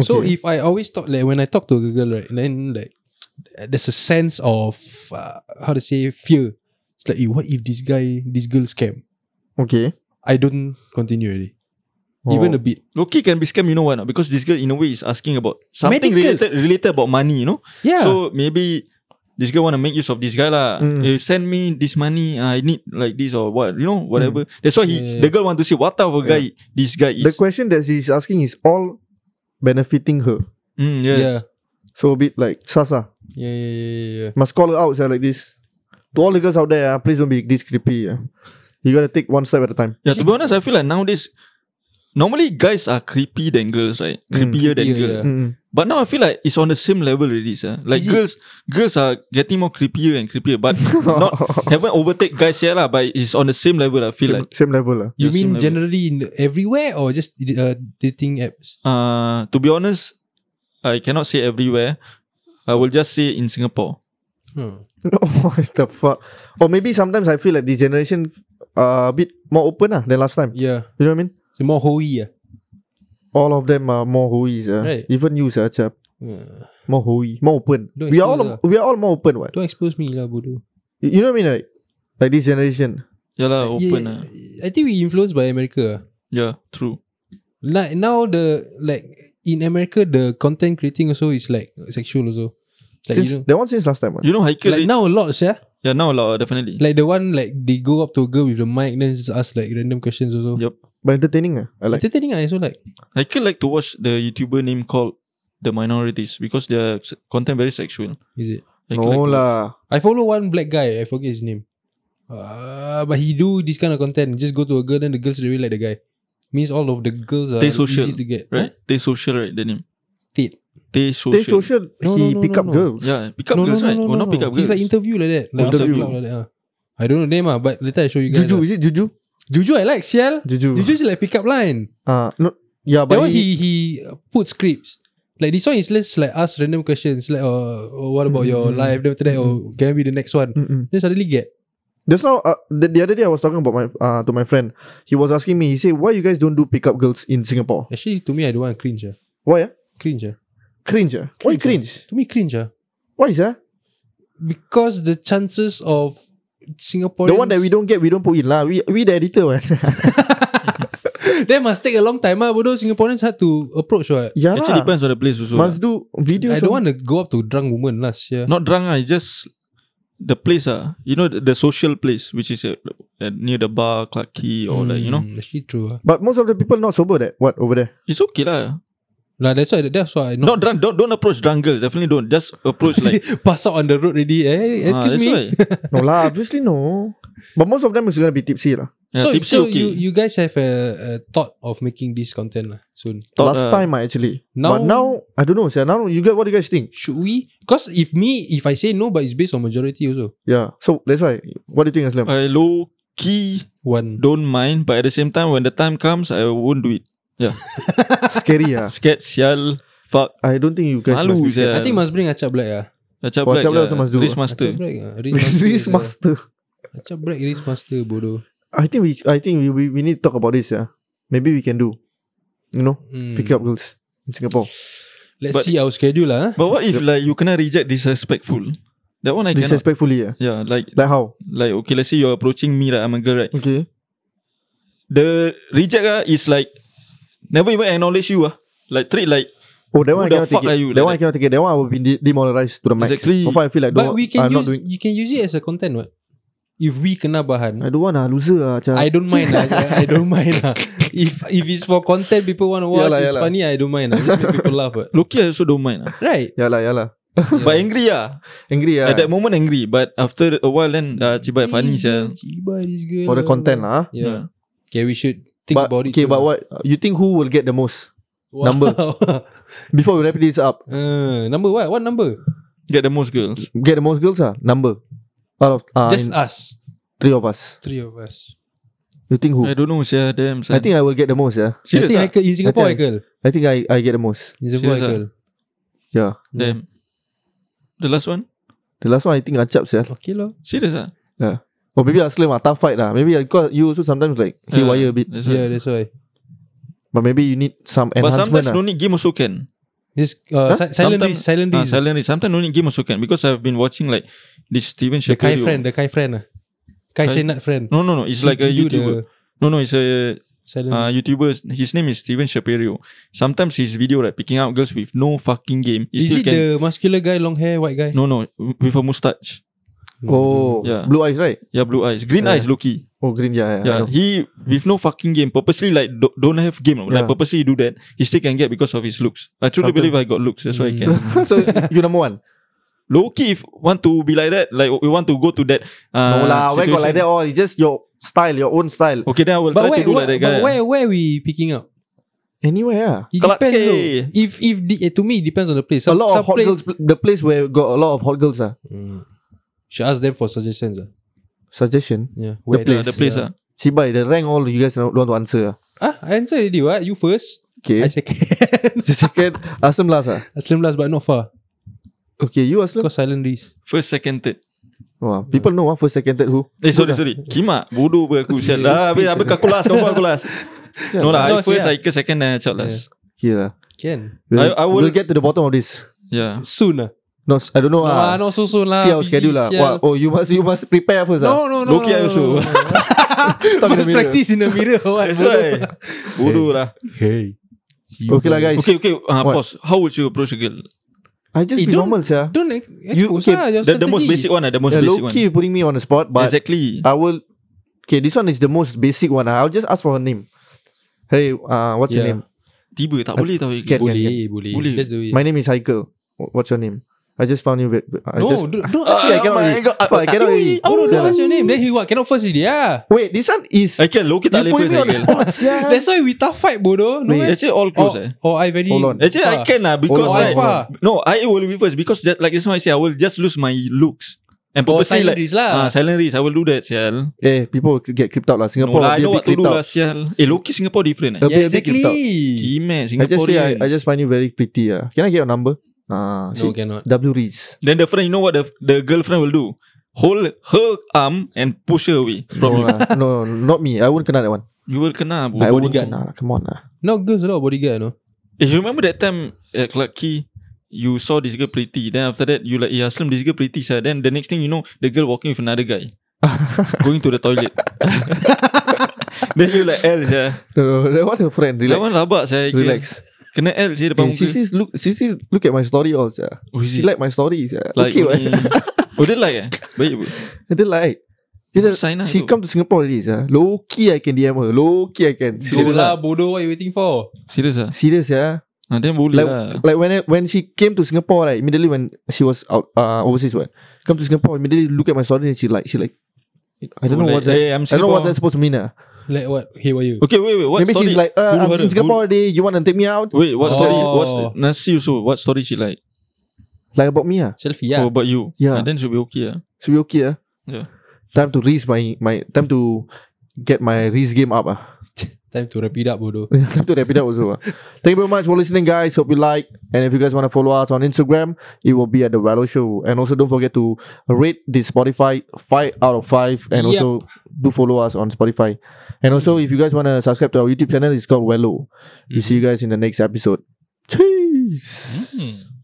Speaker 3: So
Speaker 2: Okay.
Speaker 3: if I always talk like when I talk to a girl right, then like there's a sense of uh, how to say fear. It's like, eh, what if this guy, this girl scam?
Speaker 2: okay,
Speaker 3: I don't continue already, even a
Speaker 2: Oh.
Speaker 3: bit.
Speaker 1: Loki can be scam, you know why not? Because this girl in a way is asking about something
Speaker 3: Medical.
Speaker 1: related related about money, you know.
Speaker 3: Yeah.
Speaker 1: So maybe this girl want to make use of this guy lah.
Speaker 2: Mm.
Speaker 1: Eh, send me this money. I need like this or what, you know, whatever. That's why he,
Speaker 3: Mm. Yeah, yeah, yeah.
Speaker 1: the girl want to see what type of guy this guy
Speaker 2: the
Speaker 1: is.
Speaker 2: question that she's asking is all benefiting her.
Speaker 1: mm, yes.
Speaker 3: yeah.
Speaker 2: So a bit like Sasa
Speaker 3: yeah, yeah, yeah, yeah, yeah.
Speaker 2: must call her out, sir, like this. To all the girls out there, ah, please don't be this creepy. ah. You gotta take one step at a time.
Speaker 1: Yeah, to be honest, I feel like nowadays, normally guys are creepy than girls, right?
Speaker 2: Mm.
Speaker 1: Creepier than
Speaker 3: Creepier,
Speaker 1: girls.
Speaker 3: yeah.
Speaker 2: Mm-mm.
Speaker 1: But now I feel like it's on the same level already, sir. Like
Speaker 3: Is it?
Speaker 1: girls, girls are getting more creepier and creepier, but not haven't overtake guys yet lah. But it's on the same level. I feel
Speaker 2: Same,
Speaker 1: like
Speaker 2: same level ah. lah.
Speaker 3: You
Speaker 1: Yeah,
Speaker 3: mean
Speaker 1: same level.
Speaker 3: generally in the- everywhere or just uh, dating apps?
Speaker 1: Uh, to be honest, I cannot say everywhere. I will just say in Singapore.
Speaker 3: Hmm.
Speaker 2: what the fuck? Or maybe sometimes I feel like this generation uh, a bit more open ah, than last time.
Speaker 3: Yeah.
Speaker 2: You know what I mean?
Speaker 3: So more hoey ah.
Speaker 2: All of them are more hoey, sir.
Speaker 3: Right.
Speaker 2: Even you, sir, chap.
Speaker 3: Uh,
Speaker 2: More hoey, more open.
Speaker 3: Don't
Speaker 2: we are all
Speaker 3: expose lah.
Speaker 2: we are all more open, what?
Speaker 3: don't expose me lah bodoh.
Speaker 2: You you know what I mean? Like, like this generation.
Speaker 1: Yeah lah, open lah.
Speaker 3: I think we influenced by America. ah.
Speaker 1: Yeah, true.
Speaker 3: Like now the like in America the content creating also is like sexual also. It's Like
Speaker 2: since
Speaker 3: you know,
Speaker 2: that one since last time. ah.
Speaker 1: You know Haikal
Speaker 3: like
Speaker 1: like,
Speaker 3: now a lot, yeah.
Speaker 1: Yeah now lah definitely
Speaker 3: Like the one like they go up to a girl with the mic, then just ask like random questions also.
Speaker 1: Yup.
Speaker 2: But entertaining. ah. I like.
Speaker 3: Entertaining, I also like.
Speaker 1: Haikal like to watch the YouTuber name called The Minorities Because their s- content very sexual
Speaker 3: Is it?
Speaker 1: Haikal like
Speaker 2: No
Speaker 1: to watch.
Speaker 2: lah.
Speaker 3: I follow one black guy. I forget his name. Uh, but he do this kind of content. Just go to a girl, then the girls really like the guy. Means all of the girls are
Speaker 1: They social,
Speaker 3: easy to get.
Speaker 1: Right? They social right the name
Speaker 3: Tit.
Speaker 1: They social
Speaker 2: They social.
Speaker 3: No,
Speaker 2: he
Speaker 3: no, no,
Speaker 2: pick
Speaker 3: no,
Speaker 2: up
Speaker 3: no.
Speaker 2: girls.
Speaker 1: Yeah pick up girls right Or not pick up
Speaker 3: It's
Speaker 1: girls
Speaker 3: like interview like that. Like
Speaker 2: Interview.
Speaker 3: interview. Like that, ah. I don't know name ah, but later I show you guys.
Speaker 2: Juju
Speaker 3: ah.
Speaker 2: is it Juju?
Speaker 3: Juju, I like Shell.
Speaker 2: Juju.
Speaker 3: Juju is like pick up line.
Speaker 2: Ah no. Yeah, but
Speaker 3: That one he he uh, put scripts. Like this one is let's like ask random questions like uh, oh, what about your
Speaker 2: Mm,
Speaker 1: Mm-hmm.
Speaker 3: life? Then after that,
Speaker 2: mm.
Speaker 3: oh, can I be the next one?
Speaker 2: Mm-mm.
Speaker 3: Then suddenly get.
Speaker 2: Just now, uh, the, the other day I was talking about my uh, to my friend. He was asking me. He said, "Why you guys don't do pickup girls in Singapore?
Speaker 3: Actually, to me, I don't want cringe. ah.
Speaker 2: Why? ah?
Speaker 3: Cringe. ah.
Speaker 2: Cringe? ah? Why cringe?
Speaker 3: To me, cringe. ah.
Speaker 2: Why is that?
Speaker 3: because the chances of Singaporeans
Speaker 2: The one that we don't get, we don't put in lah. We we the editor man.
Speaker 3: that must take a long time ah bodoh Singaporeans had to approach what
Speaker 2: yeah
Speaker 1: Actually
Speaker 2: lah.
Speaker 1: depends on the place also lah.
Speaker 2: Must do videos.
Speaker 3: I don't want to go up to drunk woman last year
Speaker 1: Not drunk ah, it's just the place ah. You know the, the social place which is uh, uh, near the bar, Clarke Quay or like you know.
Speaker 3: actually true ah.
Speaker 2: But most of the people not sober. That what over there?
Speaker 1: It's okay lah.
Speaker 3: Nah, that's why that's why I
Speaker 1: Not
Speaker 3: not,
Speaker 1: drunk. Don't don't approach drunk girls. Definitely don't. Just approach like.
Speaker 3: pass out on the road already eh
Speaker 1: ah,
Speaker 3: excuse
Speaker 1: that's
Speaker 3: me
Speaker 1: why.
Speaker 2: No lah. Obviously no. But most of them is gonna be tipsy lah.
Speaker 1: Yeah,
Speaker 3: so,
Speaker 1: tipsy
Speaker 3: so
Speaker 1: okay.
Speaker 3: you you guys have a, a thought of making this content lah soon
Speaker 1: Thought,
Speaker 2: Last
Speaker 1: uh,
Speaker 2: time I actually.
Speaker 3: now-
Speaker 2: but now I don't know. Sia. Now you get what do you guys think?
Speaker 3: should we because if me if I say no but it's based on majority also
Speaker 2: Yeah. So that's why. What do you think, Aslam?
Speaker 1: I low key
Speaker 3: one
Speaker 1: don't mind, but at the same time, when the time comes, I won't do it.
Speaker 2: Scary ah.
Speaker 1: Scared, sial, fuck.
Speaker 2: I don't think you guys.
Speaker 1: Malu
Speaker 2: must be
Speaker 1: sia.
Speaker 2: scared.
Speaker 3: I think must bring Acap Black ah
Speaker 1: Acap
Speaker 2: Oh,
Speaker 1: black,
Speaker 2: Acap Black
Speaker 1: yeah.
Speaker 2: also must do.
Speaker 1: Risk master.
Speaker 3: Acap Black ah
Speaker 2: Risk
Speaker 1: uh,
Speaker 3: Master.
Speaker 2: master.
Speaker 3: Macam break race master bodoh.
Speaker 2: I think we I think we, we, we need to talk about this, yeah. Maybe we can do. You know,
Speaker 3: Hmm.
Speaker 2: pick up girls in Singapore.
Speaker 3: Let's
Speaker 1: But-
Speaker 3: see our schedule lah.
Speaker 1: But what if like you cannot reject disrespectful? That one I cannot.
Speaker 2: Disrespectfully, yeah.
Speaker 1: Yeah, like
Speaker 2: Like how?
Speaker 1: like okay. Let's say you're approaching me, right? I'm a girl, right?
Speaker 2: Okay.
Speaker 1: The reject ah is like never even acknowledge you ah. Like treat like
Speaker 2: Oh, that
Speaker 1: Who
Speaker 2: one I
Speaker 1: the
Speaker 2: cannot take
Speaker 1: fuck
Speaker 2: it.
Speaker 1: are you
Speaker 2: that
Speaker 1: like
Speaker 2: one I
Speaker 1: that?
Speaker 2: cannot take it. That one I will be de- demoralized to the max.
Speaker 1: Exactly.
Speaker 2: So far I feel like
Speaker 3: But
Speaker 2: don't,
Speaker 3: we can
Speaker 2: I'm
Speaker 3: use
Speaker 2: not doing.
Speaker 3: you can use it as a content what. If we kena bahan,
Speaker 2: I don't want ah, loser ah. Macam.
Speaker 3: I don't mind lah. I don't mind lah. If if it's for content people want to watch,
Speaker 2: Yalah,
Speaker 3: it's
Speaker 2: yalah.
Speaker 3: funny. I don't mind lah. Just make people laugh. What.
Speaker 1: Loki I also don't mind ah.
Speaker 3: Right.
Speaker 2: Ya lah, ya lah.
Speaker 1: But angry ah.
Speaker 2: Angry ah.
Speaker 1: At that moment angry, but after a while then
Speaker 3: Hmm.
Speaker 1: uh, cibai funny sia. Hmm.
Speaker 3: Cibai this girl.
Speaker 2: For the content lah. ah.
Speaker 3: Yeah. Okay, we should think
Speaker 2: But,
Speaker 3: about it.
Speaker 2: okay,
Speaker 3: soon
Speaker 2: but
Speaker 3: lah.
Speaker 2: what you think who will get the most
Speaker 3: Wow.
Speaker 2: number. before we wrap this up?
Speaker 3: Uh, number what? What number?
Speaker 1: Get the most girls.
Speaker 2: Get the most girls ah number out of uh, in
Speaker 3: Just us,
Speaker 2: three of us.
Speaker 3: three of us.
Speaker 2: You think who?
Speaker 1: I don't know sia damn son.
Speaker 2: I think I will get the most yeah.
Speaker 1: Serious
Speaker 3: I think
Speaker 1: ah?
Speaker 3: Haikal in Singapore,
Speaker 2: I think
Speaker 3: Haikal.
Speaker 2: I think I, I get the most.
Speaker 3: In Singapore,
Speaker 1: Serious ah?
Speaker 3: Haikal.
Speaker 2: Yeah.
Speaker 1: damn. The last one?
Speaker 2: The last one I think Acap yeah.
Speaker 3: Okay lah.
Speaker 1: Serious ah?
Speaker 2: Or maybe Aslam ah, tough fight lah. Maybe I- because you also sometimes like haywire a bit.
Speaker 1: That's
Speaker 3: Yeah,
Speaker 1: right.
Speaker 3: that's why.
Speaker 2: But maybe you need some
Speaker 1: But sometimes
Speaker 2: enhancement lah.
Speaker 3: ah.
Speaker 1: no need game also can.
Speaker 3: This uh,
Speaker 2: Huh?
Speaker 3: si- silent
Speaker 1: Sometime-
Speaker 3: reese, silent
Speaker 1: Ah,
Speaker 3: reese.
Speaker 1: silent Reese. Sometimes no need game also can because I've been watching like this Steven
Speaker 3: the Kai
Speaker 1: Shapiro.
Speaker 3: friend, the Kai friend, ah, Kai
Speaker 1: Kai-
Speaker 3: Senat friend.
Speaker 1: No, no, no. It's
Speaker 3: He-
Speaker 1: like a
Speaker 3: he do the
Speaker 1: YouTuber. No, no. It's a
Speaker 3: Silent
Speaker 1: uh,
Speaker 3: reese.
Speaker 1: YouTuber. His name is Steven Shapiro. Sometimes his video like picking up girls with no fucking game. He
Speaker 3: Is
Speaker 1: still
Speaker 3: it
Speaker 1: can,
Speaker 3: the muscular guy, long hair, white guy?
Speaker 1: No, no. With a mustache.
Speaker 2: Oh,
Speaker 1: Yeah.
Speaker 2: blue eyes, right?
Speaker 1: Yeah, blue eyes, green
Speaker 2: Yeah.
Speaker 1: eyes, Loki.
Speaker 2: Oh, green, yeah, yeah. I
Speaker 1: Yeah,
Speaker 2: know.
Speaker 1: he with no fucking game, purposely like do, don't have game,
Speaker 2: Yeah.
Speaker 1: like purposely he do that. He still can get because of his looks. I truly
Speaker 2: Sometimes-
Speaker 1: believe I got looks, that's why I can.
Speaker 3: Mm.
Speaker 2: so you number one.
Speaker 1: Loki, if want to be like that, like we want to go to that. Uh,
Speaker 2: no lah, where got like
Speaker 1: situation.
Speaker 2: that?
Speaker 1: Oh.
Speaker 2: All it's just your style, your own style.
Speaker 1: Okay, then I will try
Speaker 3: But
Speaker 1: to
Speaker 3: where,
Speaker 1: do
Speaker 3: where,
Speaker 1: like that
Speaker 3: but
Speaker 1: guy.
Speaker 3: where, where we picking up?
Speaker 2: Anywhere,
Speaker 3: It
Speaker 1: Clarke
Speaker 3: depends. though.
Speaker 1: Quay.
Speaker 3: If if the, eh, to me it depends on the place.
Speaker 2: yeah. a lot of hot
Speaker 3: place,
Speaker 2: girls. The place where got a lot of hot girls ah.
Speaker 3: Mm. Should ask them for suggestions. ah.
Speaker 2: Suggestion.
Speaker 3: Yeah,
Speaker 1: Yeah,
Speaker 3: where
Speaker 1: the place. ah.
Speaker 2: Sibai, the rank all you guys don't want to answer. ah.
Speaker 3: Ah, I answer already. What you first? I
Speaker 2: Okay.
Speaker 3: second.
Speaker 2: So second, Aslam last ah.
Speaker 3: Aslam last, but not far.
Speaker 2: Okay, you Aslam.
Speaker 3: Cause silent reese.
Speaker 1: First, second, third.
Speaker 2: Wah, people know ah first, second, third who.
Speaker 1: Eh sorry sorry Kima Bodoh pun aku Sial lah Habis habis aku last Kau pun aku last
Speaker 2: Sial
Speaker 1: No lah I
Speaker 3: No,
Speaker 1: first
Speaker 3: sial.
Speaker 1: I ke second I chat last
Speaker 2: Okay lah.
Speaker 3: Can
Speaker 2: We'll,
Speaker 1: I- I will-
Speaker 2: we'll get to the bottom of this.
Speaker 1: Yeah
Speaker 3: soon ah.
Speaker 2: No, s- I don't know.
Speaker 3: No,
Speaker 2: ah.
Speaker 3: ah, not so soon lah,
Speaker 2: See our
Speaker 3: busy,
Speaker 2: schedule lah.
Speaker 3: sial.
Speaker 2: Wah, oh, you must you must prepare first. ah.
Speaker 3: No, no, no.
Speaker 1: Loki
Speaker 3: no, no,
Speaker 1: also.
Speaker 3: no, no, no.
Speaker 2: Talk in the
Speaker 3: Must
Speaker 2: mirror.
Speaker 3: practice in the mirror. or what?
Speaker 1: That's why. Bodoh lah.
Speaker 3: Hey.
Speaker 2: ah. Okay lah, guys.
Speaker 1: Okay, okay. Uh,
Speaker 2: What?
Speaker 1: pause. How would you approach a girl?
Speaker 2: I just
Speaker 3: Eh,
Speaker 2: be
Speaker 3: don't-
Speaker 2: normal, sia.
Speaker 3: Don't ex-
Speaker 2: You-
Speaker 3: expose
Speaker 2: okay,
Speaker 3: lah your
Speaker 1: The, the most
Speaker 3: strategy.
Speaker 1: basic one, ah, the most
Speaker 2: Yeah,
Speaker 1: basic
Speaker 2: low
Speaker 1: one.
Speaker 2: key you putting me on the spot, but
Speaker 1: exactly.
Speaker 2: I will. Okay, this one is the most basic one. ah. I'll just ask for her name. Hey, uh, what's your
Speaker 3: Yeah.
Speaker 2: name?
Speaker 1: Tiba tak
Speaker 2: I-
Speaker 1: boleh tahu.
Speaker 2: Can-
Speaker 3: Boleh, boleh.
Speaker 1: Boleh.
Speaker 3: That's the way.
Speaker 2: My name is Haikal. Wh- What's your name? I just found you. ve- I
Speaker 3: no,
Speaker 2: just,
Speaker 3: don't, don't
Speaker 2: Ah,
Speaker 3: ask.
Speaker 2: see, I
Speaker 1: my
Speaker 2: cannot really-
Speaker 1: God.
Speaker 2: Fuck, I cannot really.
Speaker 3: I want to
Speaker 2: Yeah.
Speaker 3: ask oh, your name. Then he what? Cannot first already. Yeah.
Speaker 2: Wait, this one is.
Speaker 1: I can low key tak boleh
Speaker 2: you put
Speaker 1: first
Speaker 2: me on the
Speaker 1: again.
Speaker 2: spot, sia.
Speaker 3: That's why we tough fight, bodoh. No, eh?
Speaker 1: Actually all close
Speaker 2: Oh.
Speaker 3: or,
Speaker 1: eh.
Speaker 3: or I very.
Speaker 2: Hold on.
Speaker 1: Actually I
Speaker 3: far.
Speaker 1: can lah because
Speaker 3: Or
Speaker 2: on,
Speaker 1: I,
Speaker 3: I
Speaker 2: hold on.
Speaker 3: far.
Speaker 1: no I will be first because that, like just now I say I will just lose my looks and
Speaker 2: Oh,
Speaker 3: Or
Speaker 1: purposely
Speaker 3: silent
Speaker 1: like
Speaker 3: risk lah.
Speaker 1: ah silent risk I will do that sial.
Speaker 2: Eh, people will get creeped out lah.
Speaker 1: No
Speaker 2: Singapore,
Speaker 1: lah, I
Speaker 2: they
Speaker 1: know
Speaker 2: be
Speaker 1: what to
Speaker 2: creeped
Speaker 1: do lah
Speaker 2: out.
Speaker 1: sial. Eh low key Singapore different eh.
Speaker 2: Yep.
Speaker 3: yeah,
Speaker 2: a bit
Speaker 3: exactly.
Speaker 1: Kimek
Speaker 2: I just say I,
Speaker 1: Singaporean.
Speaker 2: I just find you very pretty. Uh. Can I get your number? Ah,
Speaker 3: No,
Speaker 2: see,
Speaker 3: cannot.
Speaker 2: W Rees.
Speaker 1: Then the friend you know what the the girlfriend will do? Hold her arm and push her away from you.
Speaker 2: No, lah. no, not me. I won't kena that one.
Speaker 1: You will kena bro.
Speaker 2: I won't
Speaker 1: Bodyguard.
Speaker 2: kena. lah. Come on ah. lah.
Speaker 3: No girls, a lot of bodyguard, no.
Speaker 1: Eh, you remember that time at Clarke Quay, you saw this girl pretty. Then after that, you like, yeah, Slim, this girl pretty. Sir. Then the next thing you know, the girl walking with another guy. going to the toilet. then you like, L, sir.
Speaker 2: No, no, no, what a friend.
Speaker 1: That
Speaker 2: Relax.
Speaker 1: one rabak, sir.
Speaker 2: Relax.
Speaker 1: Kena L, sir, depan
Speaker 2: Eh, she
Speaker 1: muka.
Speaker 2: says, look, she says, look at my story also.
Speaker 1: Oh, is
Speaker 2: She
Speaker 1: it?
Speaker 2: like my story. sia.
Speaker 1: Like,
Speaker 2: okay,
Speaker 1: only- Oh, dia like eh? Baik, bro.
Speaker 2: And then like, dia dah-
Speaker 1: Sign lah
Speaker 2: she
Speaker 1: tu.
Speaker 2: come to Singapore already. Sia. Low key, I can DM her. Low key, I can.
Speaker 3: Go
Speaker 2: Serious, lah.
Speaker 3: lah, bodoh. What you waiting for?
Speaker 1: Serious ah?
Speaker 2: serious yeah.
Speaker 1: Ah, then boleh
Speaker 2: Like,
Speaker 1: lah.
Speaker 2: like when I, when she came to Singapore, like immediately when she was out uh, overseas, what come to Singapore, immediately look at my story and she like, she like, I don't know
Speaker 1: like,
Speaker 2: what's that.
Speaker 1: Hey, Eh, I'm
Speaker 2: I don't know
Speaker 1: Singapore.
Speaker 2: what that's supposed to mean. ah.
Speaker 3: Like what? Hey, what you?
Speaker 1: Okay, wait, wait. What
Speaker 2: Maybe
Speaker 1: story?
Speaker 2: she's like, uh,
Speaker 1: Who
Speaker 2: I'm
Speaker 1: heard
Speaker 2: in
Speaker 1: it?
Speaker 2: Singapore today. You want to take me out?
Speaker 1: Wait, what story?
Speaker 3: Oh.
Speaker 1: What's Nasi also? What story she like?
Speaker 2: Like about me? ah.
Speaker 3: Selfie, lah. yeah.
Speaker 1: Oh, about you.
Speaker 2: Yeah.
Speaker 1: And then she'll be okay. ah.
Speaker 2: Should be okay. ah.
Speaker 1: Yeah.
Speaker 2: Time to reach my, my time to get my reach game up. ah.
Speaker 3: Time to wrap it up, bodoh.
Speaker 2: time to wrap it up also. ah. Thank you very much for listening, guys. Hope you like. And if you guys want to follow us on Instagram, it will be at the Valo Show. And also don't forget to rate this Spotify five out of five. And
Speaker 3: Yep.
Speaker 2: also do follow us on Spotify. And also if you guys want to subscribe to our YouTube channel, it's called Valo. We see you guys in the next episode. Cheese.
Speaker 1: Hmm.